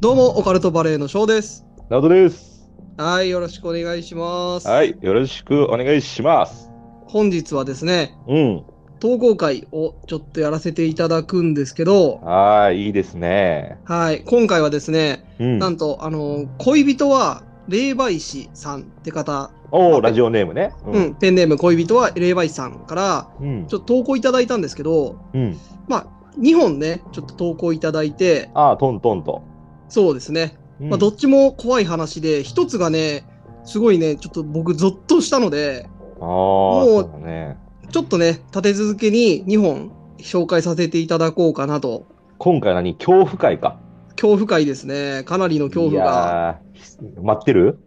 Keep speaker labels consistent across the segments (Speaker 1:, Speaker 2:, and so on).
Speaker 1: どうも、オカルトバレーの翔です。
Speaker 2: ナオトです。
Speaker 1: はい、よろしくお願いします。
Speaker 2: はい、よろしくお願いします。
Speaker 1: 本日はですね、
Speaker 2: うん。
Speaker 1: 投稿会をちょっとやらせていただくんですけど、
Speaker 2: ああ、いいですね。
Speaker 1: はい、今回はですね、
Speaker 2: うん。
Speaker 1: なんと、あの、恋人は霊媒師さんって方、
Speaker 2: おお、ラジオネームね。
Speaker 1: うん、
Speaker 2: う
Speaker 1: ペンネーム恋人は霊媒師さんから、
Speaker 2: ん。うん
Speaker 1: ちょ。っと投稿いただいたんですけど、
Speaker 2: うん。
Speaker 1: まあ、2本ね、ちょっと投稿いただいて、
Speaker 2: ああ、トントンと。
Speaker 1: そうですね、
Speaker 2: うん
Speaker 1: まあ、どっちも怖い話で、一つがね、すごいね、ちょっと僕、ゾッとしたので、
Speaker 2: ああ、そうだね。
Speaker 1: ちょっとね、立て続けに2本紹介させていただこうかなと。
Speaker 2: 今回何恐怖会か。
Speaker 1: 恐怖会ですね。かなりの恐怖が。
Speaker 2: いやー。ひ待ってる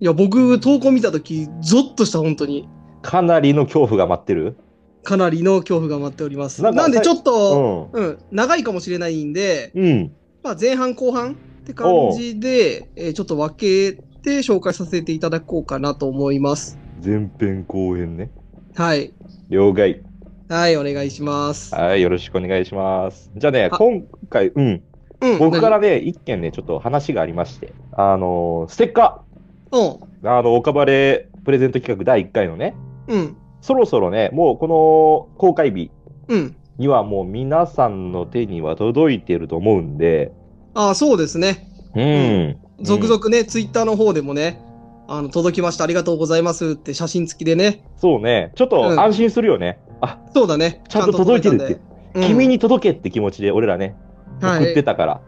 Speaker 1: いや、僕、投稿見たとき、ゾッとした、本当に。
Speaker 2: かなりの恐怖が待ってる
Speaker 1: かなりの恐怖が待っております。な
Speaker 2: なんんか
Speaker 1: で、ちょっ
Speaker 2: う
Speaker 1: と、
Speaker 2: ん。
Speaker 1: うん、長いかもしれないんで、
Speaker 2: うん。
Speaker 1: まあ、前半、後半って感じで、えーちょっと分けて紹介させていただこうかなと思います。
Speaker 2: 前編後編ね。
Speaker 1: はい。
Speaker 2: 了解。
Speaker 1: はい、お願いします。
Speaker 2: はい、よろしくお願いします。じゃあね、
Speaker 1: あ
Speaker 2: 今回、うん。
Speaker 1: うん
Speaker 2: 僕からね、一件ね、ちょっと話がありまして。あのー、ステッカー。
Speaker 1: 何
Speaker 2: あの、オカバレプレゼント企画第1回のね、
Speaker 1: うん。うん。
Speaker 2: そろそろね、もうこの公開日
Speaker 1: うん。
Speaker 2: にはもう皆さんの手には届いてると思うんで、
Speaker 1: ああ、そうですね。
Speaker 2: うんん。
Speaker 1: 続々ね、ツイッターの方でもね、あの、届きました、ありがとうございますって写真付きでね。
Speaker 2: そうね、ちょっ
Speaker 1: うん
Speaker 2: と安心するよね。あ、
Speaker 1: そうだね。
Speaker 2: ちゃんと届いてるっ
Speaker 1: ちゃんと届
Speaker 2: て
Speaker 1: いたんで
Speaker 2: 君、に届けって気持ちで俺らね、
Speaker 1: うんは
Speaker 2: 送って
Speaker 1: い。
Speaker 2: たから。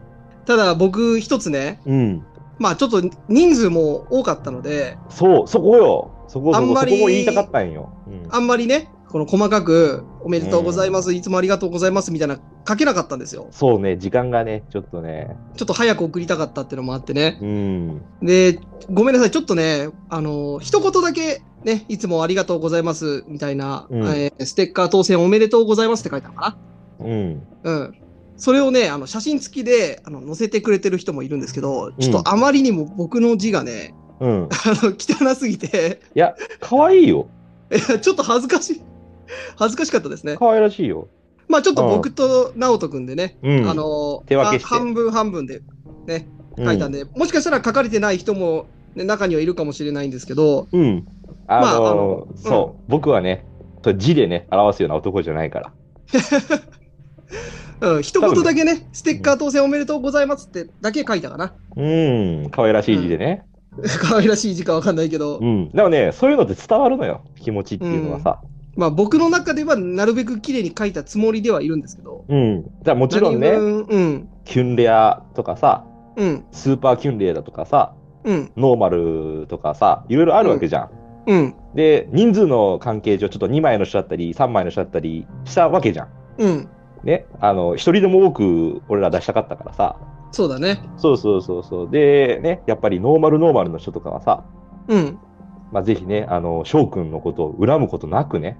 Speaker 1: ただ僕、一つね、
Speaker 2: うん。
Speaker 1: まあちょっと人数も多かったので、
Speaker 2: そう、そこよ。そこそ
Speaker 1: あん
Speaker 2: こ、
Speaker 1: ま
Speaker 2: そ
Speaker 1: り
Speaker 2: こも言いたかったんよ。うん
Speaker 1: あんまりね、この細かく、おめでとうございます、いつもありがとうございますみたいな書けなかったんですよ。
Speaker 2: そうね、時間がね、ちょっとね。
Speaker 1: ちょっと早く送りたかったっていうのもあってね。
Speaker 2: うん。
Speaker 1: で、ごめんなさい、ちょっとね、あの、一言だけ、ね、いつもありがとうございますみたいな、
Speaker 2: うん
Speaker 1: えーステッカー当選おめでとうございますって書いたのかな。
Speaker 2: うん。
Speaker 1: うん。それをね、あの写真付きであの載せてくれてる人もいるんですけど、ちょっ
Speaker 2: うん
Speaker 1: とあまりにも僕の字がね、
Speaker 2: うん。
Speaker 1: あの汚すぎて、
Speaker 2: いや、可愛いよ。
Speaker 1: いやちょっと恥ずかしい、恥ずかしかったですね。
Speaker 2: 可愛らしいよ。
Speaker 1: まあちょっと僕と直人くんでね、
Speaker 2: うん。
Speaker 1: あの
Speaker 2: 手分けして
Speaker 1: は半分半分で
Speaker 2: うん、
Speaker 1: 書いたんで、もしかしたら書かれてない人も、ね、中にはいるかもしれないんですけど、
Speaker 2: うん。あの
Speaker 1: まああの
Speaker 2: そう、僕はね、それ字でね、表すような男じゃないから。
Speaker 1: うん、一言だけね、ステッカー当選おめでとうございますってだけ書いたかな。
Speaker 2: うん、可愛らしい字でね。
Speaker 1: 可愛らしい字かわかんないけど、
Speaker 2: うん。でもね、そういうのって伝わるのよ、気持ちっていうのはさ。
Speaker 1: まあ僕の中ではなるべく綺麗に書いたつもりではいるんですけど、
Speaker 2: うん。じゃあもちろん
Speaker 1: 何
Speaker 2: ね、
Speaker 1: 分うん。
Speaker 2: キュンレアとかさ、
Speaker 1: うん、
Speaker 2: スーパーキュンレアだとかさ、
Speaker 1: うん、
Speaker 2: ノーマルとかさ、いろいろあるわけじゃん。
Speaker 1: うん、
Speaker 2: で、人数の関係上、ちょっと2枚の人だったり、3枚の人だったりしたわけじゃん。
Speaker 1: うん。
Speaker 2: ね。あの、一人でも多く俺ら出したかったからさ。
Speaker 1: そうだね。
Speaker 2: そうそうそうそう。で、ね、やっぱりノーマルノーマルの人とかはさ、
Speaker 1: うん。
Speaker 2: まあ、ぜひね、あの、翔くんのことを恨むことなくね、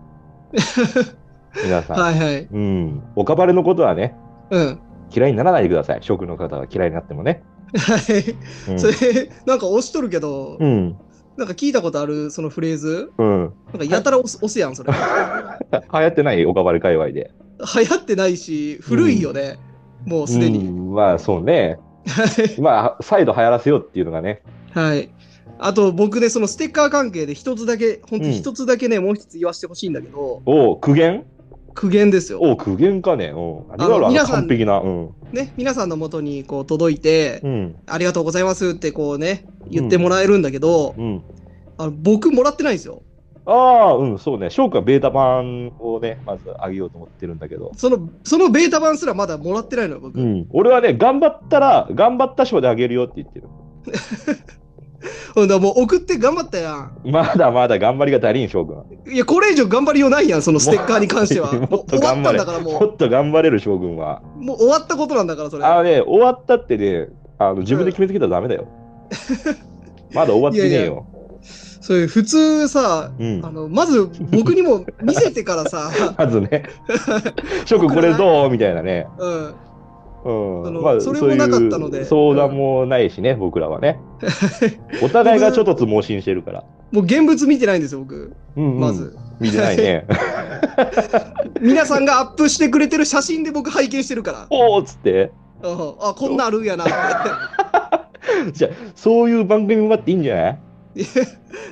Speaker 2: 皆さん、
Speaker 1: はいはい。
Speaker 2: うん、おかばれのことはね、
Speaker 1: うん。
Speaker 2: 嫌いにならないでください。翔くんの方が嫌いになってもね。
Speaker 1: はい。
Speaker 2: うん、
Speaker 1: それ、なんか押しとるけど、
Speaker 2: うん、
Speaker 1: なんか聞いたことあるそのフレーズ
Speaker 2: うん。
Speaker 1: なんかやたら押す押すやん、それ。
Speaker 2: 流行ってないおかばれ界隈で。
Speaker 1: 流行ってないし、古いよね。もうすで
Speaker 2: う
Speaker 1: に。
Speaker 2: んまあ、そうね。まあ、再度流行らせようっていうのがね。
Speaker 1: はい。あと僕ね、そのステッカー関係で一つだけ、本当に一つだけね、もう一つ言わせてほしいんだけど、
Speaker 2: おう、苦言
Speaker 1: 苦言ですよ。
Speaker 2: おう、苦言かね。おう、ありがとう
Speaker 1: あの
Speaker 2: あ
Speaker 1: 皆
Speaker 2: の
Speaker 1: さん
Speaker 2: 完璧な。うん。
Speaker 1: ね、皆さんの元にこう届いて、
Speaker 2: うん。
Speaker 1: ありがとうございますってこうね、言ってもらえるんだけど、
Speaker 2: うん。
Speaker 1: あの僕もらってないんですよ。
Speaker 2: ああ、うん、そうね。翔くんはベータ版をね、まず上げようと思ってるんだけど。
Speaker 1: その、そのベータ版すらまだもらってないのよ、僕。
Speaker 2: うん、俺はね、頑張ったら、頑張った賞であげるよって言ってる。
Speaker 1: ほんだらもう送って頑張ったやん。
Speaker 2: まだまだ頑張りが足りん、翔くん。
Speaker 1: いや、これ以上頑張りようないやん、そのステッカーに関して は。
Speaker 2: もう
Speaker 1: もう終わったんだから、
Speaker 2: も
Speaker 1: も
Speaker 2: っと頑張れる、将軍は。
Speaker 1: う。もう終わったことなんだから、それ。
Speaker 2: あのね、終わったってね、あの自分で決めつけたらダメだよ。まだ終わってねえよ。
Speaker 1: そういう、普通さ、
Speaker 2: うん
Speaker 1: あの、まず僕にも見せてからさ、
Speaker 2: まずね、翔くんこれどうみたいなね。
Speaker 1: うん。
Speaker 2: う
Speaker 1: あの
Speaker 2: ん。まあ、
Speaker 1: それ
Speaker 2: う
Speaker 1: も
Speaker 2: いう
Speaker 1: なかったので
Speaker 2: 相談もないしね、僕ら はね。お互いがちょっとずつ盲信してるから。
Speaker 1: もう現物見てないんですよ、僕。
Speaker 2: うんうん
Speaker 1: まず。
Speaker 2: 見てな いね。
Speaker 1: 皆さんがアップしてくれてる写真で僕拝見してるから。
Speaker 2: おーっつって。
Speaker 1: うんあ、こんなんあるんやなって。
Speaker 2: じゃあそういう番組もあっていいんじゃない、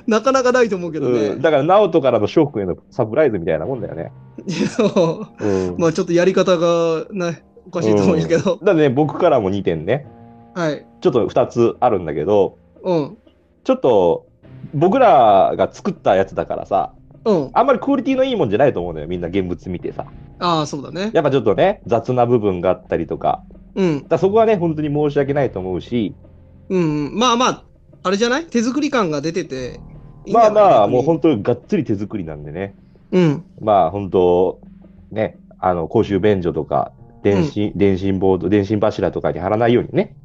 Speaker 1: なかなかないと思うけどね。
Speaker 2: うん、だから、ナオトからの翔くんへのサプライズみたいなもんだよね。
Speaker 1: そう
Speaker 2: うん
Speaker 1: まあちょっとやり方がね、おかしいと思うんやけど。
Speaker 2: だね、僕からも2点ね、
Speaker 1: はい。
Speaker 2: ちょっと2つあるんだけど、
Speaker 1: うん。
Speaker 2: ちょっと僕らが作ったやつだからさ、
Speaker 1: うん。
Speaker 2: あんまりクオリティのいいもんじゃないと思うのよ、みんな現物見てさ。
Speaker 1: ああ、そうだね。
Speaker 2: やっぱちょっとね、雑な部分があったりとか、
Speaker 1: うん
Speaker 2: だ。からそこはね、本当に申し訳ないと思うし、
Speaker 1: うんうん。まあまあ、あれじゃない手作り感が出てて。いいんじ
Speaker 2: まあ
Speaker 1: ゃない
Speaker 2: まあ、
Speaker 1: 逆
Speaker 2: もう
Speaker 1: に
Speaker 2: 本当にがっつり手作りなんでね、
Speaker 1: うん。
Speaker 2: まあ本当、ね、あの公衆便所とか、電信、電信ボード、電信柱とかに貼らないようにね。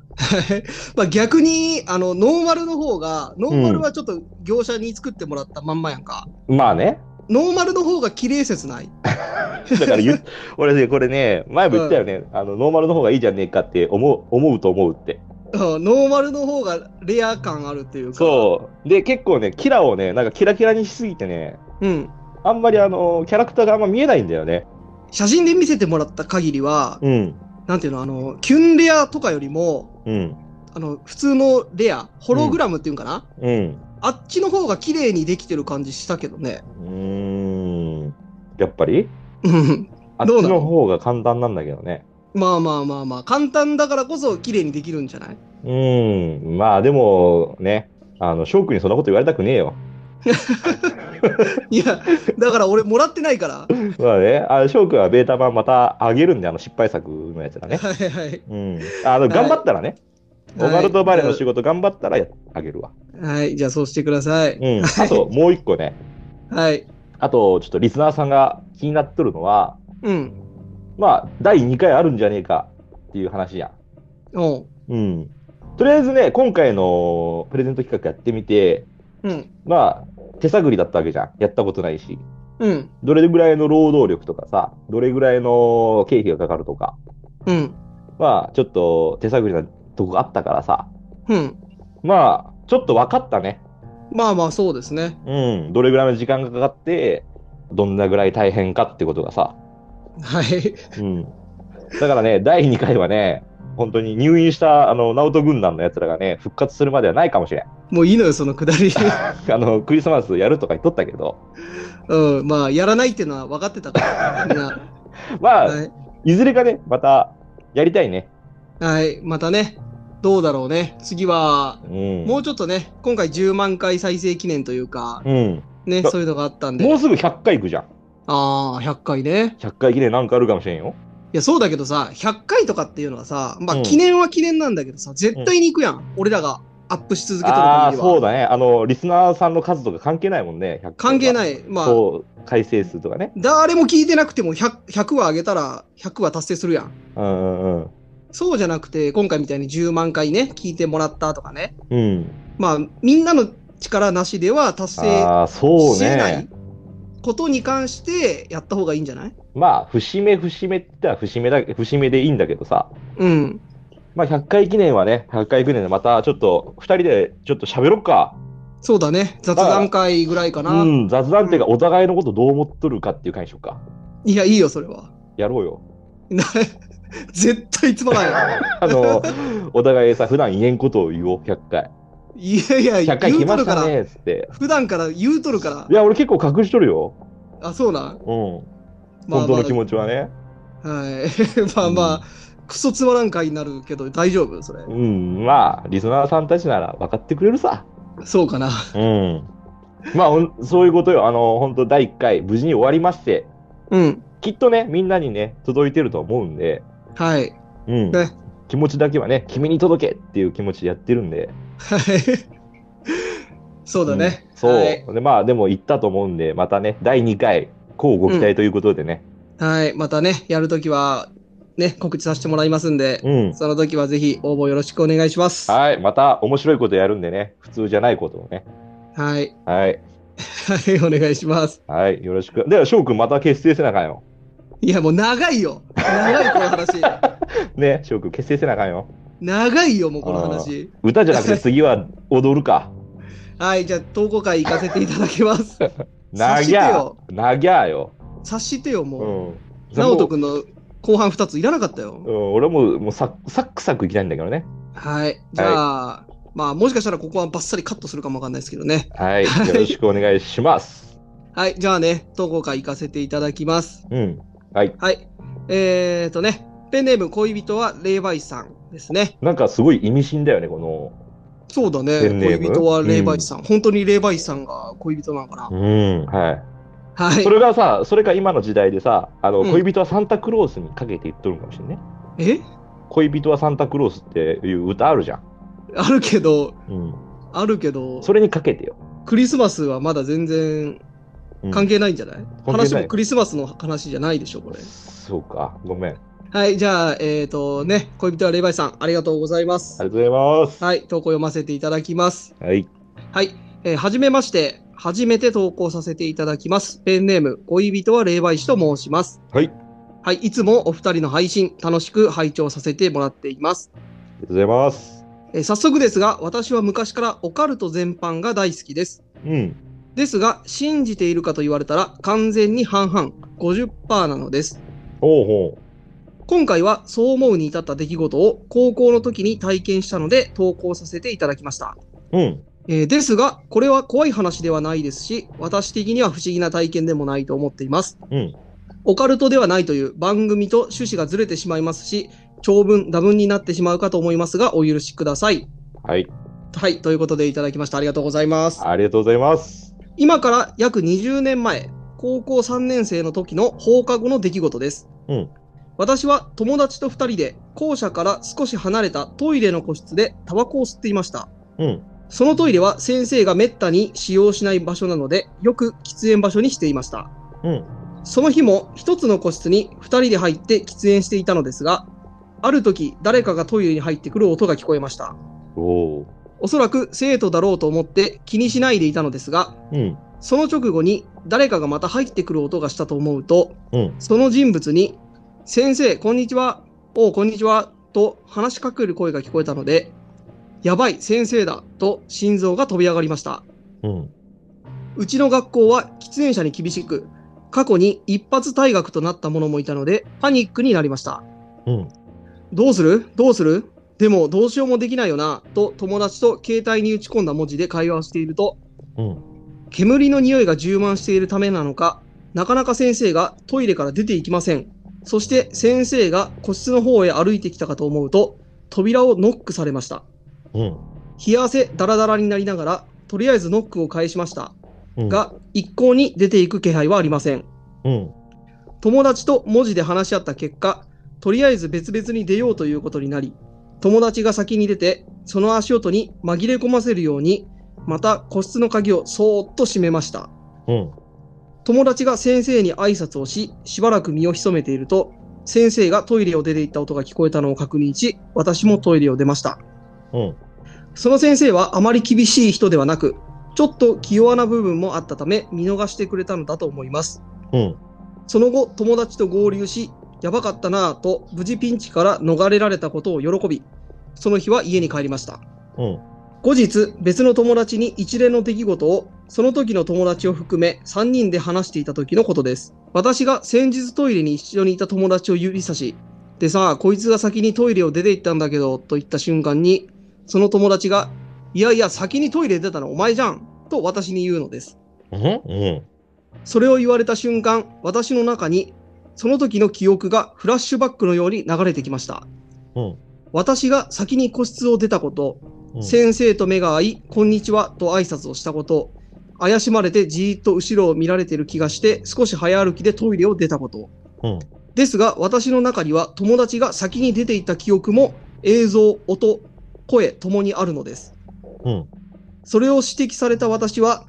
Speaker 1: まあ逆に、あの、ノーマルの方が、ノーマルはちょっと業者に作ってもらったまんまやんか。
Speaker 2: まあね。
Speaker 1: ノーマルの方が綺麗説ない。
Speaker 2: だから 言っ俺ね、これね、前も言ったよね、あのノーマルの方がいいじゃねえかって思う思うと思うって。
Speaker 1: うんノーマルの方がレア感あるっていうか。
Speaker 2: そう。で、結構ね、キラをね、なんかキラキラにしすぎてね、
Speaker 1: う。うん。
Speaker 2: あんまりあの、キャラクターがあんま見えないんだよね。
Speaker 1: 写真で見せてもらった限りは、
Speaker 2: うん。
Speaker 1: なんていうの、あの、キュンレアとかよりも、
Speaker 2: うん。
Speaker 1: あの、普通のレア、ホログラムっていうんかな、
Speaker 2: うん。
Speaker 1: あっちの方が綺麗にできてる感じしたけどね。
Speaker 2: うーん。やっぱり
Speaker 1: うん
Speaker 2: あっ
Speaker 1: どう
Speaker 2: ち
Speaker 1: なの
Speaker 2: の方が簡単なんだけどね。
Speaker 1: まあまあまあまあ、簡単だからこそ綺麗にできるんじゃない
Speaker 2: うーん。まあでも、ね、あの、翔くんにそんなこと言われたくねえよ。
Speaker 1: いや、だから俺もらってないから。
Speaker 2: まあね、あ翔くんはベータ版また上げるんで、あの失敗作のやつだ ね。
Speaker 1: はいはい。
Speaker 2: うん。あの、頑張ったらね、オガルトバレーの仕事頑張ったらやあげるわ。
Speaker 1: はい、じゃあそうしてください。
Speaker 2: うん。 あと、もう一個ね。
Speaker 1: はい。
Speaker 2: あと、ちょっとリスナーさんが気になっとるのは、
Speaker 1: うん。
Speaker 2: まあ、第2回あるんじゃねえかっていう話や。
Speaker 1: おう。
Speaker 2: うん。とりあえずね、今回のプレゼント企画やってみて、
Speaker 1: うん。
Speaker 2: まあ、手探りだったわけじゃん。やったことないし。
Speaker 1: うん。
Speaker 2: どれぐらいの労働力とかさ、どれぐらいの経費がかかるとか、
Speaker 1: うん。
Speaker 2: まあ、ちょっと手探りなとこがあったからさ、
Speaker 1: うん。
Speaker 2: まあ、ちょっと分かったね。
Speaker 1: まあまあそうですね。
Speaker 2: うん。どれぐらいの時間がかかって、どんなぐらい大変かってことがさ、
Speaker 1: はい。
Speaker 2: うん。だからね、第2回はね、本当に入院した、あの、ナオト軍団のやつらがね、復活するまではないかもしれん。
Speaker 1: もういいのよ、そのくだり。
Speaker 2: あの、クリスマスやるとか言っとったけど、
Speaker 1: うん。まあ、やらないっていうのは分かってたから。みんな。
Speaker 2: まあ、
Speaker 1: はい。
Speaker 2: いずれかね、また、やりたいね。
Speaker 1: はい。またね、どうだろうね。次は、
Speaker 2: うん。
Speaker 1: もうちょっとね、今回10万回再生記念というか、
Speaker 2: うん。
Speaker 1: ね、
Speaker 2: そう
Speaker 1: そういうのがあったんで。
Speaker 2: もうすぐ100回行くじゃん。
Speaker 1: ああ、100回ね。
Speaker 2: 100回記念なんかあるかもしれんよ。
Speaker 1: いや、そうだけどさ、100回とかっていうのはさ、ま
Speaker 2: う
Speaker 1: あ、
Speaker 2: ん
Speaker 1: 記念は記念なんだけどさ、絶対に行くやん。俺らがアップし続けとる
Speaker 2: ああー、
Speaker 1: 限りは。
Speaker 2: そうだね。あの、リスナーさんの数とか関係ないもんね。100回は
Speaker 1: 関係ない。まあ、
Speaker 2: そう、回生数とかね。
Speaker 1: 誰も聞いてなくても 100, 100話上げたら100話達成するやん。
Speaker 2: うんうんうん。
Speaker 1: そうじゃなくて、今回みたいに10万回ね、聞いてもらったとかね。
Speaker 2: うん。
Speaker 1: まあ、みんなの力なしでは達成
Speaker 2: ああ、そう
Speaker 1: しえない、
Speaker 2: ね。
Speaker 1: ことに関してやった方がいいんじゃない
Speaker 2: まあ、節目節目って言ったら節目だ、節目でいいんだけどさ。
Speaker 1: うん。
Speaker 2: まあ、100回記念はね、100回記念でまたちょっと、2人でちょっと喋ろっか。
Speaker 1: そうだね。雑談会ぐらいかな。
Speaker 2: うん、雑談っていうか、お互いのことどう思っとるかっていう感じしようか。
Speaker 1: いや、いいよ、それは。
Speaker 2: やろうよ。
Speaker 1: な 絶対つまらない。
Speaker 2: あの、お互いさ、普段言えんことを言おう、100回。
Speaker 1: いやいや、
Speaker 2: 100回
Speaker 1: 言
Speaker 2: 来
Speaker 1: うと
Speaker 2: ま
Speaker 1: る
Speaker 2: し
Speaker 1: か
Speaker 2: た
Speaker 1: ら。
Speaker 2: ね、つって。
Speaker 1: 普段から言うとるから
Speaker 2: い。や、俺結構隠しとるよ。
Speaker 1: あ、そうなん。
Speaker 2: うん。本当の気持ちはね。
Speaker 1: はい。 まあまあ、クソつまらん回になるけど、大丈夫それ。
Speaker 2: うん、まあ、リスナーさんたちなら分かってくれるさ。
Speaker 1: そうかな。
Speaker 2: うん。まあ、ほんそういうことよ。あの、本当第1回、無事に終わりまして、
Speaker 1: うん。
Speaker 2: きっとね、みんなにね、届いてると思うんで、
Speaker 1: はい。
Speaker 2: うん
Speaker 1: ね
Speaker 2: 気持ちだけはね、君に届けっていう気持ちでやってるんで。
Speaker 1: はい。 そうだね。
Speaker 2: んそう、
Speaker 1: はい。
Speaker 2: で。まあ、でも言ったと思うんで、またね、第2回、こうご期待ということでね。
Speaker 1: はい。またね、やるときは、ね、告知させてもらいますんで、
Speaker 2: うん。
Speaker 1: その時はぜひ応募よろしくお願いします。は
Speaker 2: はい。また面白いことやるんでね、普通じゃないことをね。
Speaker 1: い。
Speaker 2: はい。
Speaker 1: はい、お願いします。
Speaker 2: はい。よろしく。では、翔くんまた結成せなあかんよ。
Speaker 1: いや、もう長いよ。長い、この話。
Speaker 2: ね、翔くん結成せなあかんよ。
Speaker 1: 長いよ、もうこの話。
Speaker 2: 歌じゃなくて次は踊る か。
Speaker 1: はい、じゃあ、投稿会行かせていただき ます。
Speaker 2: なぎゃー。なぎゃーよ。
Speaker 1: 察してよ、もう。
Speaker 2: うん。
Speaker 1: 直人
Speaker 2: ん。
Speaker 1: 君の後半2ついらなかったよ。
Speaker 2: うん、俺ももうサッサックサックいきたいんだけどね。
Speaker 1: はい。じゃあ、まあ、もしかしたらここはバッサリカットするかもわかんないですけどね。
Speaker 2: はい。よ
Speaker 1: はい
Speaker 2: ろしくお願いします。
Speaker 1: はい。じゃあね、投稿会行かせていただきます。
Speaker 2: うん。はい。
Speaker 1: はい。えーとね、ペンネーム恋人は霊媒師さんですね。
Speaker 2: なんかすごい意味深だよね、こ
Speaker 1: そうだね。
Speaker 2: ペンネーム
Speaker 1: 恋人は霊媒師さん。本当に霊媒師さんが恋人なのかな
Speaker 2: の。。うん。はい。
Speaker 1: はい
Speaker 2: そ。れがさ、それが今の時代でさ、あの
Speaker 1: うん
Speaker 2: 恋人はサンタクロースにかけて言っとるんかもしれんね。
Speaker 1: え
Speaker 2: 恋人はサンタクロースっていう歌あるじゃん。
Speaker 1: あるけど、
Speaker 2: うん、
Speaker 1: あるけど、
Speaker 2: それにかけてよ。
Speaker 1: クリスマスはまだ全然
Speaker 2: うん
Speaker 1: 関係ないんじゃない、
Speaker 2: 係ない
Speaker 1: 話もクリスマスの話じゃないでしょ、これ。
Speaker 2: そうか、ごめん。あり
Speaker 1: はい、じゃあ、えっ、とね、恋人は霊媒師さん、ありがとうございます。
Speaker 2: がとうございます。
Speaker 1: はい、投稿読ませていただきます。
Speaker 2: はい。
Speaker 1: はい、えーはじめまして。初めて投稿させていただきます。ペンネーム、恋人は霊媒師と申します。
Speaker 2: はい。
Speaker 1: はい、いつもお二人の配信、楽しく拝聴させてもらっています。
Speaker 2: ありがとうございます。
Speaker 1: えー早速ですが、私は昔からオカルト全般が大好きです。
Speaker 2: うん。
Speaker 1: ですが、信じているかと言われたら完全に半々、50%なのです。
Speaker 2: おうほ
Speaker 1: 今回はそう思うに至った出来事を高校の時に体験したので投稿させていただきました。
Speaker 2: う。うん。
Speaker 1: えーですが、これは怖い話ではないですし、私的には不思議な体験でもないと思っています。
Speaker 2: うん。
Speaker 1: オカルトではないという番組と趣旨がずれてしまいますし、長文、多文になってしまうかと思いますが、お許しください。
Speaker 2: はい。
Speaker 1: はい、ということでいただきました。ありがとうございます。
Speaker 2: ありがとうございます。
Speaker 1: 今から約20年前、高校3年生の時の放課後の出来事です。
Speaker 2: うん
Speaker 1: 私は友達と2人で校舎から少し離れたトイレの個室でタバコを吸っていました。
Speaker 2: うん。
Speaker 1: そのトイレは先生が滅多に使用しない場所なので、よく喫煙場所にしていました。
Speaker 2: うん。
Speaker 1: その日も一つの個室に2人で入って喫煙していたのですが、ある時誰かがトイレに入ってくる音が聞こえました。
Speaker 2: おう。
Speaker 1: おそらく生徒だろうと思って気にしないでいたのですが、
Speaker 2: うん。
Speaker 1: その直後に誰かがまた入ってくる音がしたと思うと、
Speaker 2: うん。
Speaker 1: その人物に、先生、こんにちは、おう、こんにちは、と話しかける声が聞こえたので、やばい、先生だ、と心臓が飛び上がりました。
Speaker 2: うん。
Speaker 1: うちの学校は喫煙者に厳しく、過去に一発退学となった者もいたので、パニックになりました。
Speaker 2: うん。
Speaker 1: どうするどうするでもどうしようもできないよな、と友達と携帯に打ち込んだ文字で会話をしていると、
Speaker 2: うん。
Speaker 1: 煙の匂いが充満しているためなのか、なかなか先生がトイレから出ていきません。そして先生が個室の方へ歩いてきたかと思うと、扉をノックされました。
Speaker 2: うん。
Speaker 1: 冷や汗ダラダラになりながら、とりあえずノックを返しました。
Speaker 2: うん。
Speaker 1: が、一向に出ていく気配はありません。
Speaker 2: うん。
Speaker 1: 友達と文字で話し合った結果、とりあえず別々に出ようということになり、友達が先に出て、その足音に紛れ込ませるように、また個室の鍵をそーっと閉めました。
Speaker 2: うん。
Speaker 1: 友達が先生に挨拶をし、しばらく身を潜めていると、先生がトイレを出て行った音が聞こえたのを確認し、私もトイレを出ました。
Speaker 2: うん。
Speaker 1: その先生はあまり厳しい人ではなく、ちょっと気弱な部分もあったため、見逃してくれたのだと思います。
Speaker 2: うん。
Speaker 1: その後、友達と合流し、やばかったなぁと、無事ピンチから逃れられたことを喜び、その日は家に帰りました。
Speaker 2: うん。
Speaker 1: 後日、別の友達に一連の出来事を、その時の友達を含め3人で話していた時のことです。私が先日トイレに一緒にいた友達を指差し、でさ、こいつが先にトイレを出て行ったんだけど、と言った瞬間に、その友達が、いやいや、先にトイレ出たのお前じゃん、と私に言うのです。
Speaker 2: うん。うん。
Speaker 1: それを言われた瞬間、私の中に、その時の記憶がフラッシュバックのように流れてきました。
Speaker 2: うん
Speaker 1: 私が先に個室を出たこと、
Speaker 2: うん。
Speaker 1: 先生と目が合い、こんにちはと挨拶をしたこと、怪しまれてじーっと後ろを見られてる気がして、少し早歩きでトイレを出たこと。
Speaker 2: うん
Speaker 1: ですが、私の中には友達が先に出ていった記憶も映像、音、声ともにあるのです。
Speaker 2: うん。
Speaker 1: それを指摘された私は、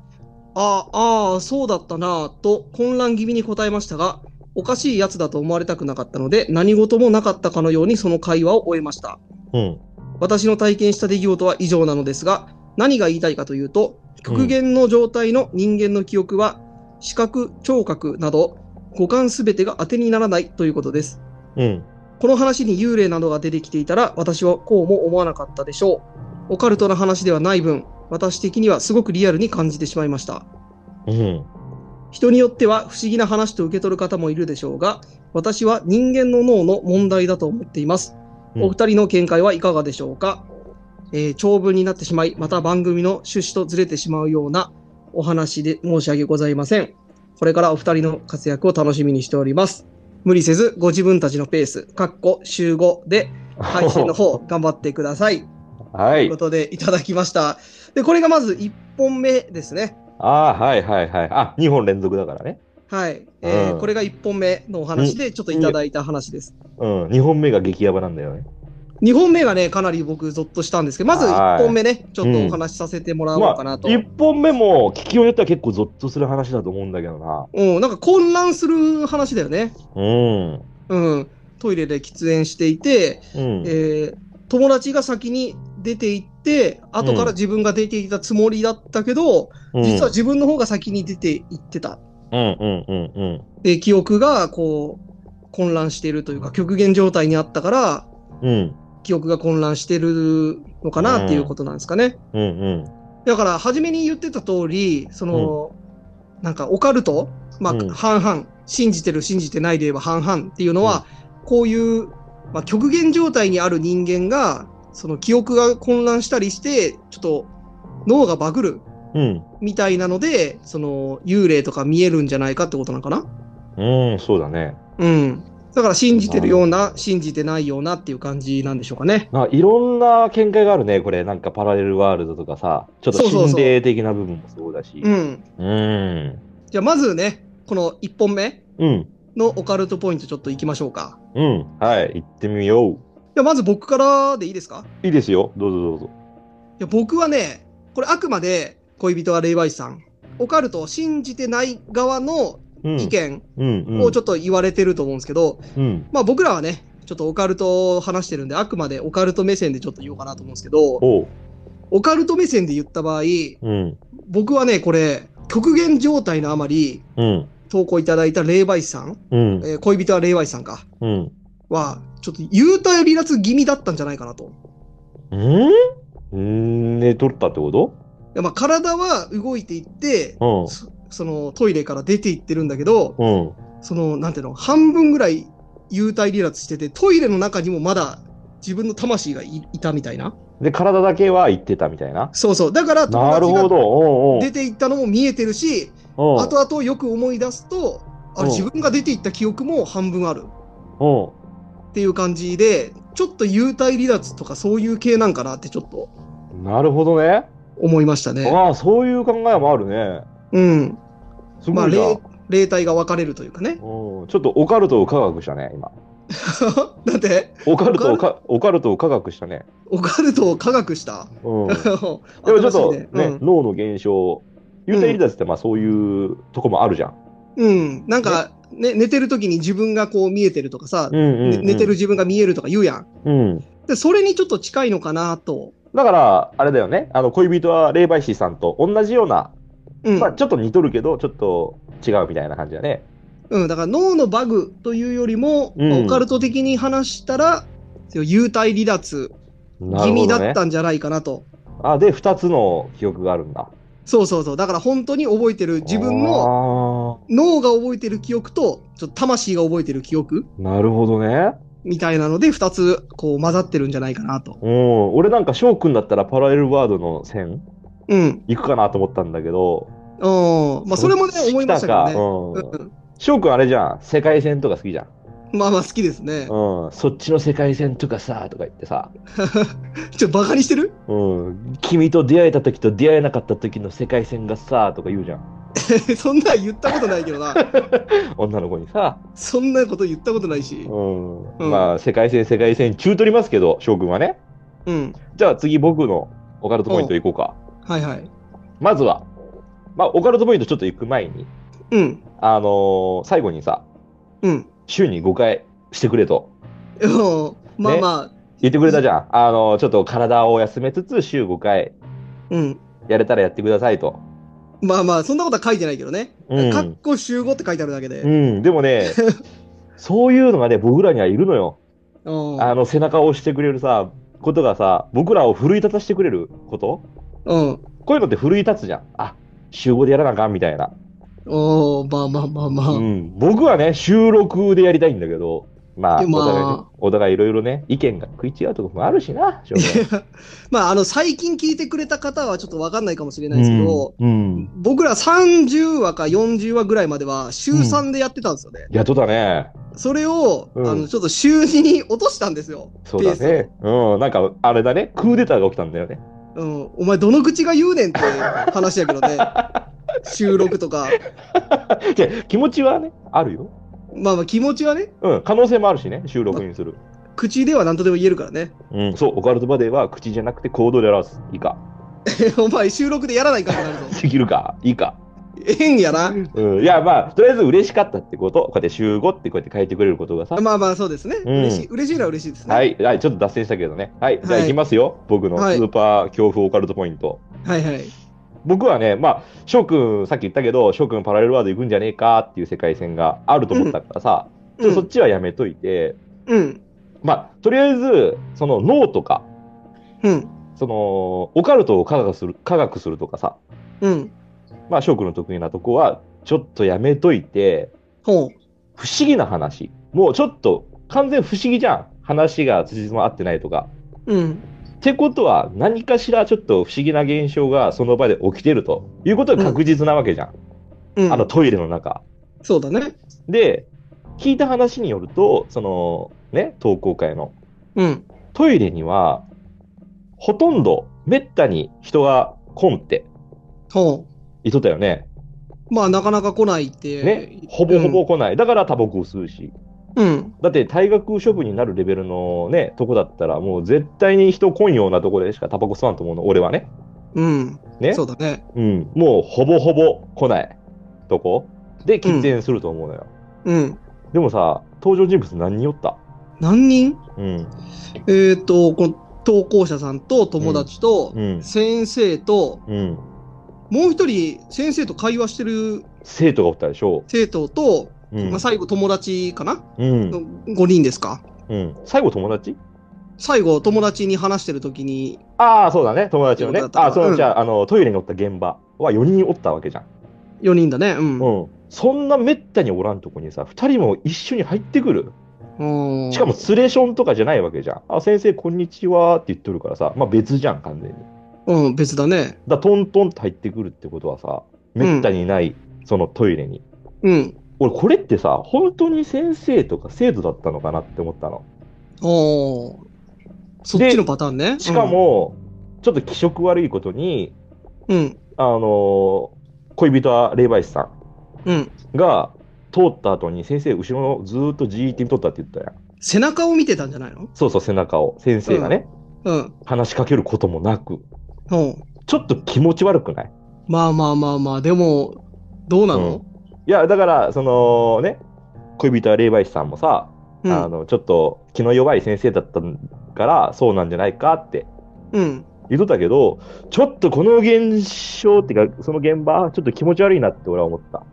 Speaker 1: ああ、ああ、そうだったなぁと混乱気味に答えましたが、おかしいやつだと思われたくなかったので、何事もなかったかのようにその会話を終えました。
Speaker 2: うん。
Speaker 1: 私の体験した出来事は以上なのですが、何が言いたいかというと、極限の状態の人間の記憶は、視覚、聴覚など、五感すべてが当てにならないということです。
Speaker 2: うん。
Speaker 1: この話に幽霊などが出てきていたら、私はこうも思わなかったでしょう。オカルトな話ではない分、私的にはすごくリアルに感じてしまいました。
Speaker 2: うん。
Speaker 1: 人によっては不思議な話と受け取る方もいるでしょうが、私は人間の脳の問題だと思っています。
Speaker 2: うん
Speaker 1: お二人の見解はいかがでしょうか、えー長文になってしまい、また番組の趣旨とずれてしまうようなお話で申し訳ございません。これからお二人の活躍を楽しみにしております。無理せず、ご自分たちのペース、かっこ週5で配信の 方、頑張ってください。
Speaker 2: は
Speaker 1: という
Speaker 2: い
Speaker 1: こ。とで、いただきました。で、これがまず1本目ですね。
Speaker 2: あーはいはいはい。あ、2本連続だからね。
Speaker 1: はい。えー
Speaker 2: うん
Speaker 1: これが1本目のお話で、ちょっといただいた話です。
Speaker 2: うん。2本目が激ヤバなんだよね。
Speaker 1: 2本目がね、かなり僕、ゾッとしたんですけど、まず1本目ね、ちょっとお話しさせてもらおうかなと。
Speaker 2: 1本目も聞きようによっては結構ゾッとする話だと思うんだけどな。
Speaker 1: うん、なんか混乱する話だよね。
Speaker 2: うん。
Speaker 1: うん。トイレで喫煙していて、
Speaker 2: うん。
Speaker 1: えー友達が先に出て行って、後から自分が出ていたつもりだったけど、
Speaker 2: うん
Speaker 1: 実は自分の方が先に出て行ってた。
Speaker 2: うんうんうんうん。
Speaker 1: で、記憶がこう、混乱しているというか、極限状態にあったから、
Speaker 2: うん。
Speaker 1: 記憶が混乱してるのかなっていうことなんですかね。
Speaker 2: うんうん。
Speaker 1: だから、初めに言ってた通り、その、なんか、オカルト、まあ、
Speaker 2: うん
Speaker 1: 半々、信じてる、信じてないで言えば半々っていうのは、こういう、まあ、極限状態にある人間が、その記憶が混乱したりして、ちょっと脳がバグる
Speaker 2: うん。
Speaker 1: みたいなので、その、幽霊とか見えるんじゃないかってことなのかな
Speaker 2: うん、そうだね。
Speaker 1: うん。だから、信じてるような、信じてないようなっていう感じなんでしょうかね。
Speaker 2: なんかいろんな見解があるね、これ。なんかパラレルワールドとかさ、ちょっと
Speaker 1: そうそうそう
Speaker 2: 心霊的な部分もそうだし。
Speaker 1: うん。
Speaker 2: うん。
Speaker 1: じゃあ、まずね、この1本目
Speaker 2: うん。
Speaker 1: のオカルトポイントちょっと行きましょうか。
Speaker 2: うん。はい。行ってみよう。
Speaker 1: いやまず僕からでいいですか
Speaker 2: いいですよ。どうぞどうぞ。
Speaker 1: いや僕はね、これあくまで恋人は霊媒師さん、オカルトを信じてない側の
Speaker 2: うん。
Speaker 1: 意見
Speaker 2: うん。うん。
Speaker 1: をちょっと言われてると思うんですけど、
Speaker 2: うん。
Speaker 1: まあ僕らはね、ちょっとオカルトを話してるんで、あくまでオカルト目線でちょっと言おうかなと思うんですけど、
Speaker 2: おう。
Speaker 1: オカルト目線で言った場合、
Speaker 2: うん。
Speaker 1: 僕はね、これ、極限状態のあまり、
Speaker 2: うん。
Speaker 1: 投稿いただいた霊媒師さん、
Speaker 2: うん。
Speaker 1: えー恋人は霊媒師さんか、
Speaker 2: うん。
Speaker 1: は、ちょっと幽体離脱気味だったんじゃないかなと。
Speaker 2: うんね、取ったってこと
Speaker 1: いやまあ体は動いていって、そそのトイレから出て行ってるんだけど、
Speaker 2: うん。うん。
Speaker 1: その、なんていうの、半分ぐらい幽体離脱してて、トイレの中にもまだ自分の魂がいいたみたいな。
Speaker 2: で、体だけは行ってたみたいな。
Speaker 1: そうそう。だから友
Speaker 2: なるほ
Speaker 1: 達
Speaker 2: ど。
Speaker 1: が
Speaker 2: おうおう
Speaker 1: 出て行ったのも見えてるし、
Speaker 2: おう
Speaker 1: 後々よく思い出すと、あれ
Speaker 2: うん
Speaker 1: 自分が出て行った記憶も半分ある
Speaker 2: おう
Speaker 1: っていう感じで、ちょっと幽体離脱とかそういう系なんかなってちょっと
Speaker 2: なるほどね。
Speaker 1: 思いましたね。
Speaker 2: ああ、そういう考えもあるね。
Speaker 1: うん。
Speaker 2: す
Speaker 1: まあ
Speaker 2: ごいな。
Speaker 1: 霊、霊体が分かれるというかね。
Speaker 2: うんちょっとオカルトを科学したね、今。
Speaker 1: だって、
Speaker 2: オカルトをかオカルトを科学したね。
Speaker 1: オカルトを科学 した。
Speaker 2: うん、でもちょ
Speaker 1: 新しい
Speaker 2: っと
Speaker 1: ね
Speaker 2: ね、
Speaker 1: うん
Speaker 2: 脳の現象、幽体離脱ってまあそういうとこもあるじゃん。
Speaker 1: うん、なんか、ね、寝てる時に自分がこう見えてるとかさ、
Speaker 2: うんうんうん
Speaker 1: ね寝てる。自分が見えるとか言うやん。
Speaker 2: うん。
Speaker 1: で、それにちょっと近いのかなと。
Speaker 2: だから、あれだよね、あの恋人は霊媒師さんと同じような、
Speaker 1: うん。
Speaker 2: まあちょっと似とるけど、ちょっと違うみたいな感じだね。
Speaker 1: うん、だから脳のバグというよりも、
Speaker 2: うん
Speaker 1: まあオカルト的に話したら、そう幽体離脱
Speaker 2: な
Speaker 1: 気
Speaker 2: るほ
Speaker 1: 味だ
Speaker 2: ど
Speaker 1: っ
Speaker 2: ね。
Speaker 1: たんじゃないかなと。
Speaker 2: あで、2つの記憶があるんだ。
Speaker 1: そうそうそう。だから本当に覚えてる自分の
Speaker 2: の。
Speaker 1: 脳が覚えてる記憶と、ちょっと魂が覚えてる記憶
Speaker 2: なるほどね。
Speaker 1: みたいなので、二つこう混ざってるんじゃないかなと。
Speaker 2: うん、俺なんか翔くんだったらパラレルワールドの線
Speaker 1: うん。
Speaker 2: 行くかなと思ったんだけど、
Speaker 1: うん。まあ、それもね、思いましたけど
Speaker 2: ど
Speaker 1: ね。うん。
Speaker 2: 翔くんあれじゃん、世界線とか好きじゃん。
Speaker 1: まあまあ、好きですね。
Speaker 2: うん、そっちの世界線とかさ、とか言ってさ、
Speaker 1: ちょっとバカにしてる
Speaker 2: うん、君と出会えた時と出会えなかった時の世界線がさ、とか言うじゃん。
Speaker 1: そんなん言ったことないけどな。
Speaker 2: 女の子にさ、
Speaker 1: そんなこと言ったことないし
Speaker 2: う。ん、
Speaker 1: うん
Speaker 2: まあ世界線世界線中取りますけど、翔くんはね。
Speaker 1: うん。
Speaker 2: じゃあ次僕のオカルトポイント行こうか。
Speaker 1: はいはい。
Speaker 2: まずは、まあオカルトポイントちょっと行く前に、
Speaker 1: うん。
Speaker 2: あのー最後にさ、
Speaker 1: うん。
Speaker 2: 週に5回してくれと
Speaker 1: うんまあまあ、
Speaker 2: 言ってくれたじゃん。あの、ちょっと体を休めつつ週5回
Speaker 1: うん。
Speaker 2: やれたらやってくださいと。
Speaker 1: まあまあ、そんなことは書いてないけどね。
Speaker 2: うん
Speaker 1: かっこ集合って書いてあるだけで。
Speaker 2: う
Speaker 1: うん
Speaker 2: ん、でもね、そういうのがね、僕らにはいるのよ。あの、背中を押してくれるさ、ことがさ、僕らを奮い立たしてくれること
Speaker 1: うん。
Speaker 2: こういうのって奮い立つじゃん。あ、週5でやらなあかんみたいな。
Speaker 1: おーまあまあまあまあ。
Speaker 2: うん、僕はね、収録でやりたいんだけど、まあ、
Speaker 1: でまあ
Speaker 2: お互いねお互いいろいろね、意見が食い違うとこもあるしな、しょうがない
Speaker 1: まあ、あの、最近聞いてくれた方はちょっとわかんないかもしれないですけど、
Speaker 2: うんうん
Speaker 1: 僕ら30話か40話ぐらいまでは週3でやってたんですよね。
Speaker 2: やっとったね。
Speaker 1: それを、
Speaker 2: うん
Speaker 1: あの、ちょっと週2に落としたんですよ。
Speaker 2: そうだ
Speaker 1: ペース
Speaker 2: ね。うん、なんか、あれだね、クーデターが起きたんだよね。
Speaker 1: を。うん。お前、どの口が言うねんって話やけど ね。収録とか。
Speaker 2: じゃ気持ちはね、あるよ。
Speaker 1: まあまあ、気持ちはね、
Speaker 2: うん、可能性もあるしね、収録にする。
Speaker 1: 口では何とでも言えるからね。
Speaker 2: うん、そう、オカルトバデーは口じゃなくて行動で表す。いいか。
Speaker 1: お前、収録でやらないかになるぞ。
Speaker 2: できるか。いいか。
Speaker 1: 変やな。
Speaker 2: うん、いや、まあ、とりあえず嬉しかったってこと、こうやって集合ってこうやって書いてくれることがさ。
Speaker 1: まあまあ、そうですね。
Speaker 2: うん
Speaker 1: 嬉しい、嬉しいのは嬉しいですね。。
Speaker 2: はいい、はい、ちょっと脱線したけどね。はい、じゃ
Speaker 1: は
Speaker 2: あ
Speaker 1: い
Speaker 2: 行きますよ。僕のス
Speaker 1: はい
Speaker 2: ーパー恐怖オカルトポイント。
Speaker 1: はいはい。
Speaker 2: 僕はね、まあ、翔くん、さっき言ったけど、翔くんパラレルワールド行くんじゃねえかっていう世界線があると思ったからさ、ちょっとそっちはやめといて、
Speaker 1: うん。
Speaker 2: まあ、とりあえず、その脳とか、
Speaker 1: うん。
Speaker 2: その、オカルトを科学する、科学するとかさ、
Speaker 1: うん。
Speaker 2: まあ、翔くんの得意なとこは、ちょっとやめといて、
Speaker 1: ほう。
Speaker 2: 不思議な話。もうちょっと、完全不思議じゃん。話が辻褄合ってないとか。
Speaker 1: うん。
Speaker 2: ってことは、何かしらちょっと不思議な現象がその場で起きてるということは確実なわけじゃん。
Speaker 1: うん。
Speaker 2: あのトイレの中。
Speaker 1: そうだね。
Speaker 2: で、聞いた話によると、その、ね、投稿会の、
Speaker 1: うん。
Speaker 2: トイレには、ほとんど、めったに人が来んって
Speaker 1: ほ
Speaker 2: 言っとったよね。
Speaker 1: う。まあ、なかなか来ないって。
Speaker 2: ね、ほぼほぼ来ない。だからタバコを吸うし。
Speaker 1: うん。うん。
Speaker 2: だって退学処分になるレベルのね、とこだったら、もう絶対に人来んようなとこでしかタバコ吸わんと思うの、俺はね。
Speaker 1: うん。
Speaker 2: ね
Speaker 1: そうだね。
Speaker 2: うん。もうほぼほぼ来ないとこで喫煙すると思うのよ。
Speaker 1: うん。
Speaker 2: でもさ、登場人物何人おった
Speaker 1: 何人
Speaker 2: うん。
Speaker 1: えっ、と、この投稿者さんと友達と、
Speaker 2: うん。
Speaker 1: 先生と、
Speaker 2: うん。
Speaker 1: もう一人、先生と会話してる
Speaker 2: 生徒がおったでしょ。
Speaker 1: 生徒と、
Speaker 2: うん
Speaker 1: まあ、。最後友達かな、
Speaker 2: うん。
Speaker 1: ?5 人ですか。
Speaker 2: うん。最後友達
Speaker 1: 最後、友達に話してるときに、
Speaker 2: ああ、そうだね。友達のね
Speaker 1: そう。だ
Speaker 2: あ
Speaker 1: った
Speaker 2: あ、その、
Speaker 1: うん
Speaker 2: じゃあ、あの、トイレにおった現場は4人おったわけじゃん。
Speaker 1: 4人だね。うん。
Speaker 2: うん。そんなめったにおらんとこにさ、2人も一緒に入ってくる。
Speaker 1: うん
Speaker 2: しかも、スレションとかじゃないわけじゃん。あ、先生、こんにちはって言っとるからさ、まあ別じゃん、完全に。
Speaker 1: うん、別だね。
Speaker 2: だトントンって入ってくるってことはさ、めったにない、そのトイレに。
Speaker 1: うん。
Speaker 2: 俺、これってさ、本当に先生とか生徒だったのかなって思ったの。
Speaker 1: おーそっちのパターンね。
Speaker 2: しかも、ちょっと気色悪いことに、
Speaker 1: うん、
Speaker 2: あのー恋人は霊媒師さ
Speaker 1: うん、うん。
Speaker 2: んが通った後に先生、後ろのずーっとじーって見とったって言ったやん。
Speaker 1: 背中を見てたんじゃないの
Speaker 2: そうそう、背中を。先生がね、
Speaker 1: うん。
Speaker 2: 話しかけることもなく、
Speaker 1: うん。
Speaker 2: ちょっと気持ち悪くない
Speaker 1: まあまあまあまあ、でも、どうなの、
Speaker 2: いや、だから、そのね、恋人は霊媒師さんもさ、
Speaker 1: うん、
Speaker 2: あの、ちょっと気の弱い先生だったから、そうなんじゃないかって
Speaker 1: うん。
Speaker 2: 言うとったけど、ちょっとこの現象っていうか、その現場、ちょっと気持ち悪いなって俺は思った。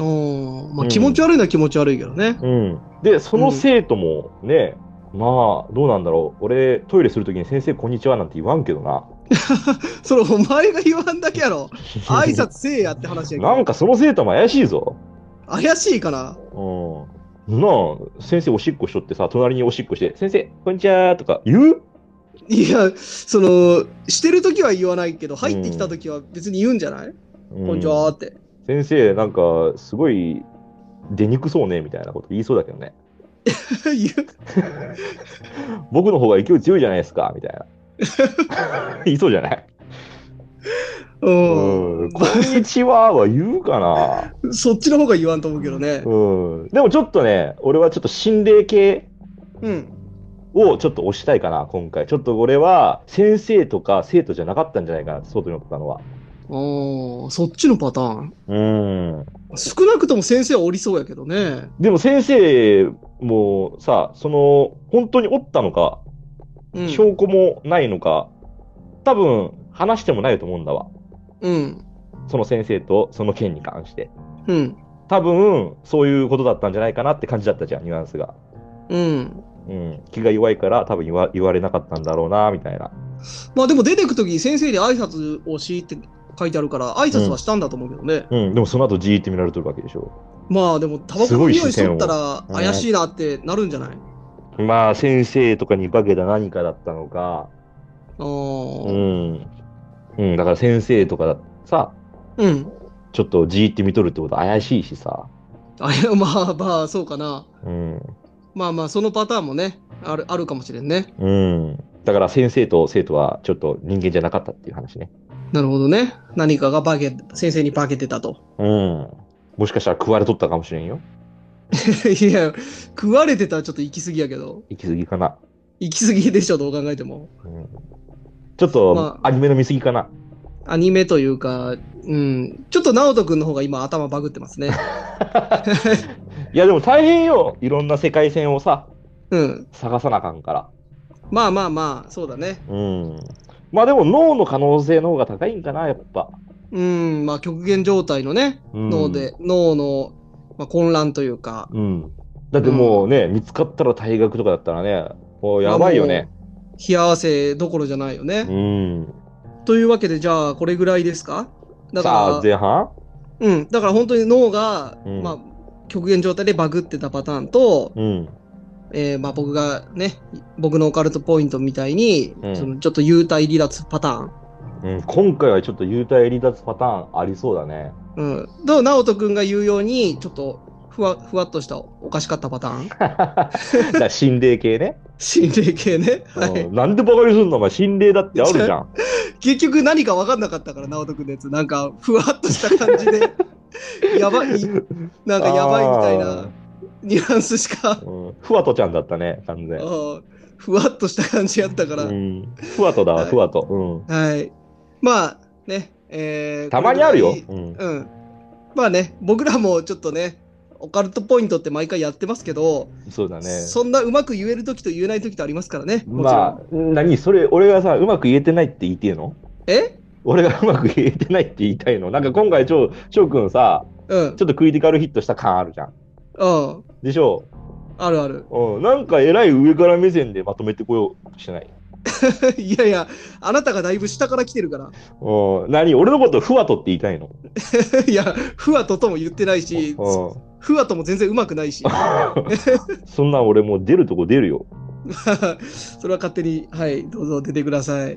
Speaker 1: おーま
Speaker 2: う
Speaker 1: あ、
Speaker 2: ん
Speaker 1: 気持ち悪いのは気持ち悪いけどね。
Speaker 2: うん。で、その生徒もね、まあ、どうなんだろう。俺、トイレするときに先生、こんにちはなんて言わんけどな。
Speaker 1: それ、お前が言わんだけや ろ。挨拶せえやって話やけど。
Speaker 2: なんかその生徒も怪しいぞ。
Speaker 1: 怪しいから。
Speaker 2: うん。なあ、先生おしっこしとってさ、隣におしっこして、先生、こんにちはとか言う
Speaker 1: いや、その、してるときは言わないけど、入ってきたときは別に言うんじゃない、こんにちはって。
Speaker 2: 先生、なんか、すごい、出にくそうね、みたいなこと言いそうだけどね。
Speaker 1: 言う
Speaker 2: 僕の方が勢い強いじゃないですか、みた いな。言いそうじゃない
Speaker 1: うん
Speaker 2: うんこんにちはは言うかな。
Speaker 1: そっちの方が言わんと思うけどね。
Speaker 2: うん。でもちょっとね、俺はちょっと心霊系
Speaker 1: うん。
Speaker 2: をちょっと推したいかな、今回。ちょっと俺は、先生とか生徒じゃなかったんじゃないかな、外に思ったのは。
Speaker 1: おーそっちのパターン。
Speaker 2: うん。
Speaker 1: 少なくとも先生はおりそうやけどね。
Speaker 2: でも先生もさ、その、本当におったのか、
Speaker 1: うん。
Speaker 2: 証拠もないのか、多分、話してもないと思うんだわ。
Speaker 1: うん。
Speaker 2: その先生とその件に関して。
Speaker 1: うん。
Speaker 2: 多分、そういうことだったんじゃないかなって感じだったじゃん、ニュアンスが。
Speaker 1: うん。
Speaker 2: うん、気が弱いから多分言わ言われなかったんだろうなみたいな。
Speaker 1: まあでも出てくとき先生に挨拶をしって書いてあるから、挨拶はしたんだと思うけどね。
Speaker 2: うん、でもその後じーって見られてるわけでしょ。
Speaker 1: まあでも、タバコ
Speaker 2: す
Speaker 1: の
Speaker 2: ごい
Speaker 1: 匂
Speaker 2: 視
Speaker 1: いしと
Speaker 2: 線
Speaker 1: っ
Speaker 2: を
Speaker 1: たら怪しいなってなるんじゃない、
Speaker 2: まあ、先生とかに化けた何かだったのか、
Speaker 1: あ
Speaker 2: う
Speaker 1: ー
Speaker 2: ん。うん、だから先生とかださ、
Speaker 1: うん。
Speaker 2: ちょっとじーって見とるってこと怪しいしさ。
Speaker 1: あ いやまあまあ、そうかな。
Speaker 2: うん。
Speaker 1: まあまあ、そのパターンもね、あるあるかもしれんね。
Speaker 2: うん。だから先生と生徒はちょっと人間じゃなかったっていう話ね。
Speaker 1: なるほどね。何かが化け、先生に化けてたと。
Speaker 2: うん。もしかしたら食われとったかもしれんよ。
Speaker 1: いや、食われてたらちょっと行き過ぎやけど。
Speaker 2: 行き過ぎかな。
Speaker 1: 行き過ぎでしょ、どう考えても。
Speaker 2: うん、ちょっと
Speaker 1: ま
Speaker 2: アニメの見過ぎかな。
Speaker 1: アニメというか、うん、ちょっと直人くんの方が今頭バグってますね。
Speaker 2: いや、でも大変よ。いろんな世界線をさ、
Speaker 1: うん。
Speaker 2: 探さなあかんから。
Speaker 1: まあまあまあ、そうだね。
Speaker 2: うん。まあでも脳の可能性の方が高いんかな、やっぱ。
Speaker 1: うん、まあ極限状態のね、
Speaker 2: うん
Speaker 1: 脳で、脳の、まあ、混乱というか。
Speaker 2: うん。だってもうね、見つかったら退学とかだったらね、もうやばいよね。
Speaker 1: まあ。もう冷や汗どころじゃないよね。
Speaker 2: うん。
Speaker 1: というわけで、じゃあこれぐらいですかだ
Speaker 2: さあ、
Speaker 1: から、
Speaker 2: 前半
Speaker 1: うん、だから本当に脳が、
Speaker 2: うん
Speaker 1: まあ極限状態でバグってたパターンと、
Speaker 2: うん。
Speaker 1: えーまあ僕がね、僕のオカルトポイントみたいに、
Speaker 2: うん
Speaker 1: そのちょっと幽体離脱パターン。
Speaker 2: うん、今回はちょっと幽体離脱パターンありそうだね。
Speaker 1: うん。と、直人くんが言うように、ちょっと、ふわ、ふわっとした、おかしかったパタ ーン
Speaker 2: だから心霊系ね。
Speaker 1: 心霊系ね。は
Speaker 2: う
Speaker 1: い。
Speaker 2: んなんでバカにすんのお前、心霊だってあるじゃん。
Speaker 1: 結局何か分かんなかったから、直人くんのやつ。なんか、ふわっとした感じ で、やばい、なんかやばいみたい
Speaker 2: あ
Speaker 1: なニュアンスしか、
Speaker 2: うんふわとちゃんだったね、完全。
Speaker 1: うんふわっとした感じやったから。
Speaker 2: うんふわとだわ、
Speaker 1: はい
Speaker 2: ふわと。うん
Speaker 1: はい。まあ、ね、えー
Speaker 2: たまにあるよ
Speaker 1: これ。ぐ
Speaker 2: うん
Speaker 1: らいうん。まあね、僕らもちょっとね、オカルトポイントって毎回やってますけど、
Speaker 2: そうだね。
Speaker 1: そんなうまく言える時と言えない時とありますからね。もちろん
Speaker 2: まあ、何それ、俺がさ、うまく言えてないって言ってえの
Speaker 1: え
Speaker 2: 俺がうまく言えてないって言いたいのなんか今回、ちょ翔くんさ、
Speaker 1: うん
Speaker 2: ち。ょっとクリティカルヒットした感あるじゃん。
Speaker 1: うん。
Speaker 2: でしょ
Speaker 1: あるあ る。
Speaker 2: うん、なんかえらい上から目線でまとめてこようとしてない。
Speaker 1: いやいや、あなたがだいぶ下から来てるから。
Speaker 2: うん、何俺のことふわとって言いたいの
Speaker 1: いや、ふわととも言ってないし、
Speaker 2: う
Speaker 1: ふわとも全然うまくないし、
Speaker 2: ん。そんなん俺もう出るとこ出るよ。
Speaker 1: それは勝手に、はい、どうぞ出てくだ さい。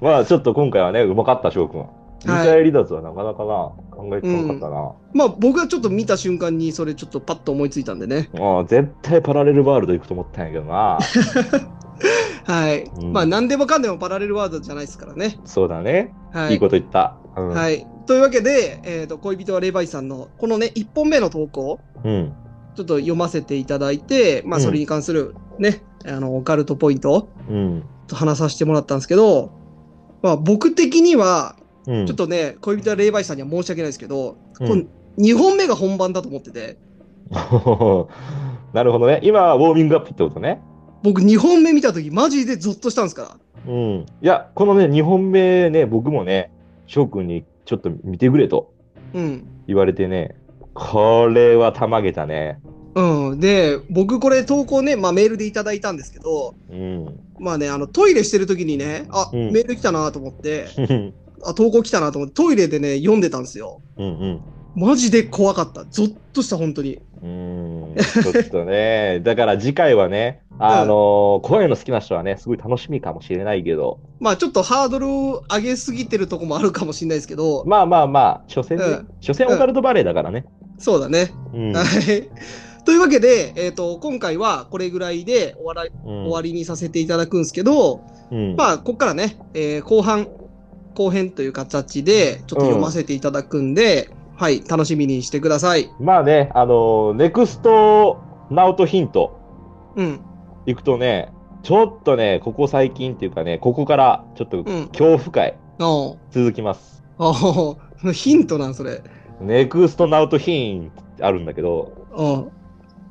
Speaker 2: まあちょっと今回はね、うまかった翔くん。二
Speaker 1: はい
Speaker 2: 体離脱はなかなかな、考えてなかったな。
Speaker 1: まあ僕はちょっと見た瞬間にそれちょっとパッと思いついたんでね。
Speaker 2: ああ絶対パラレルワールド行くと思ったんやけ どな。
Speaker 1: はい。
Speaker 2: うん
Speaker 1: まあ何でもかんでもパラレルワードじゃないですからね。
Speaker 2: そうだね。、
Speaker 1: はいい。
Speaker 2: いこと言った。うん。
Speaker 1: はい。というわけで、えーと、恋人は霊媒師さんの、このね、1本目の投稿、
Speaker 2: うん。
Speaker 1: ちょっと読ませていただいて、まあ
Speaker 2: うん
Speaker 1: それに関するね、あの、オカルトポイントを
Speaker 2: うん。
Speaker 1: ちょっと話させてもらったんですけど、まあ、僕的には、
Speaker 2: うん、
Speaker 1: ちょっとね、恋人は霊媒師さんには申し訳ないですけど、
Speaker 2: うん
Speaker 1: この2本目が本番だと思ってて、
Speaker 2: と。 なるほどね。今はウォーミングアップってことね。
Speaker 1: 僕2本目見たとき、マジでゾッとしたんですから。
Speaker 2: うん。いや、このね、2本目ね、僕もね、翔くんにちょっと見てくれと
Speaker 1: うん。
Speaker 2: 言われてね、これはたまげたね。
Speaker 1: うん、で、僕これ投稿ね、まあ、メールでいただいたんですけど、
Speaker 2: うん。
Speaker 1: まあね、あのトイレしてるときにね、あ、
Speaker 2: うん
Speaker 1: メール来たなと思って、あ、投稿来たなと思って、トイレでね、読んでたんですよ。
Speaker 2: うんうん。
Speaker 1: マジで怖かった。ゾッとした、本当に。
Speaker 2: うーんちょっとね、だから次回 はね、あのー怖いの好きな人はね、すごい楽しみかもしれないけど、
Speaker 1: まあ、ちょっとハードルを上げすぎてるとこもあるかもしれないですけど、
Speaker 2: まあまあまあ、所詮ね、
Speaker 1: うん
Speaker 2: 所詮オカルトバレーだからね。
Speaker 1: そうだね。
Speaker 2: うん。
Speaker 1: はい。 というわけで、えー、と今回はこれぐらいで終わら
Speaker 2: 終
Speaker 1: 終わりにさせていただくんですけど、
Speaker 2: り。うん。
Speaker 1: まあ、ここからね、えー後半、後編という形で、ちょっと読ませていただくんで、はい、楽しみにしてください。
Speaker 2: まあね、あのーネクストナウトヒント
Speaker 1: うん、
Speaker 2: 行くとね、ちょっとね、ここ最近っていうかね、ここからちょっと
Speaker 1: うん。
Speaker 2: 恐怖会
Speaker 1: おう
Speaker 2: 続きます。
Speaker 1: おうヒントなん、それ。
Speaker 2: ネクストナウトヒントってあるんだけど、
Speaker 1: おう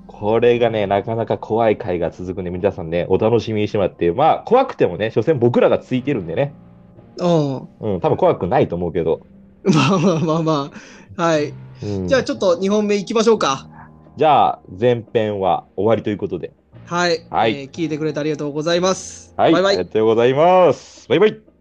Speaker 2: これがね、なかなか怖い回が続くんで、皆さんね、お楽しみにしてもらって、まあ、怖くてもね、所詮僕らがついてるんでね、
Speaker 1: おう
Speaker 2: うん、多分怖くないと思うけど、
Speaker 1: まあまあまあまあ。はい。
Speaker 2: うん
Speaker 1: じゃあ、ちょっと2本目いきましょうか。
Speaker 2: じゃあ、前編は終わりということで、
Speaker 1: はい。
Speaker 2: はい
Speaker 1: えー聞いてくれてありがとうございます。
Speaker 2: はい、
Speaker 1: バイバ
Speaker 2: あ
Speaker 1: イ
Speaker 2: り。がとうございます。バイバイ。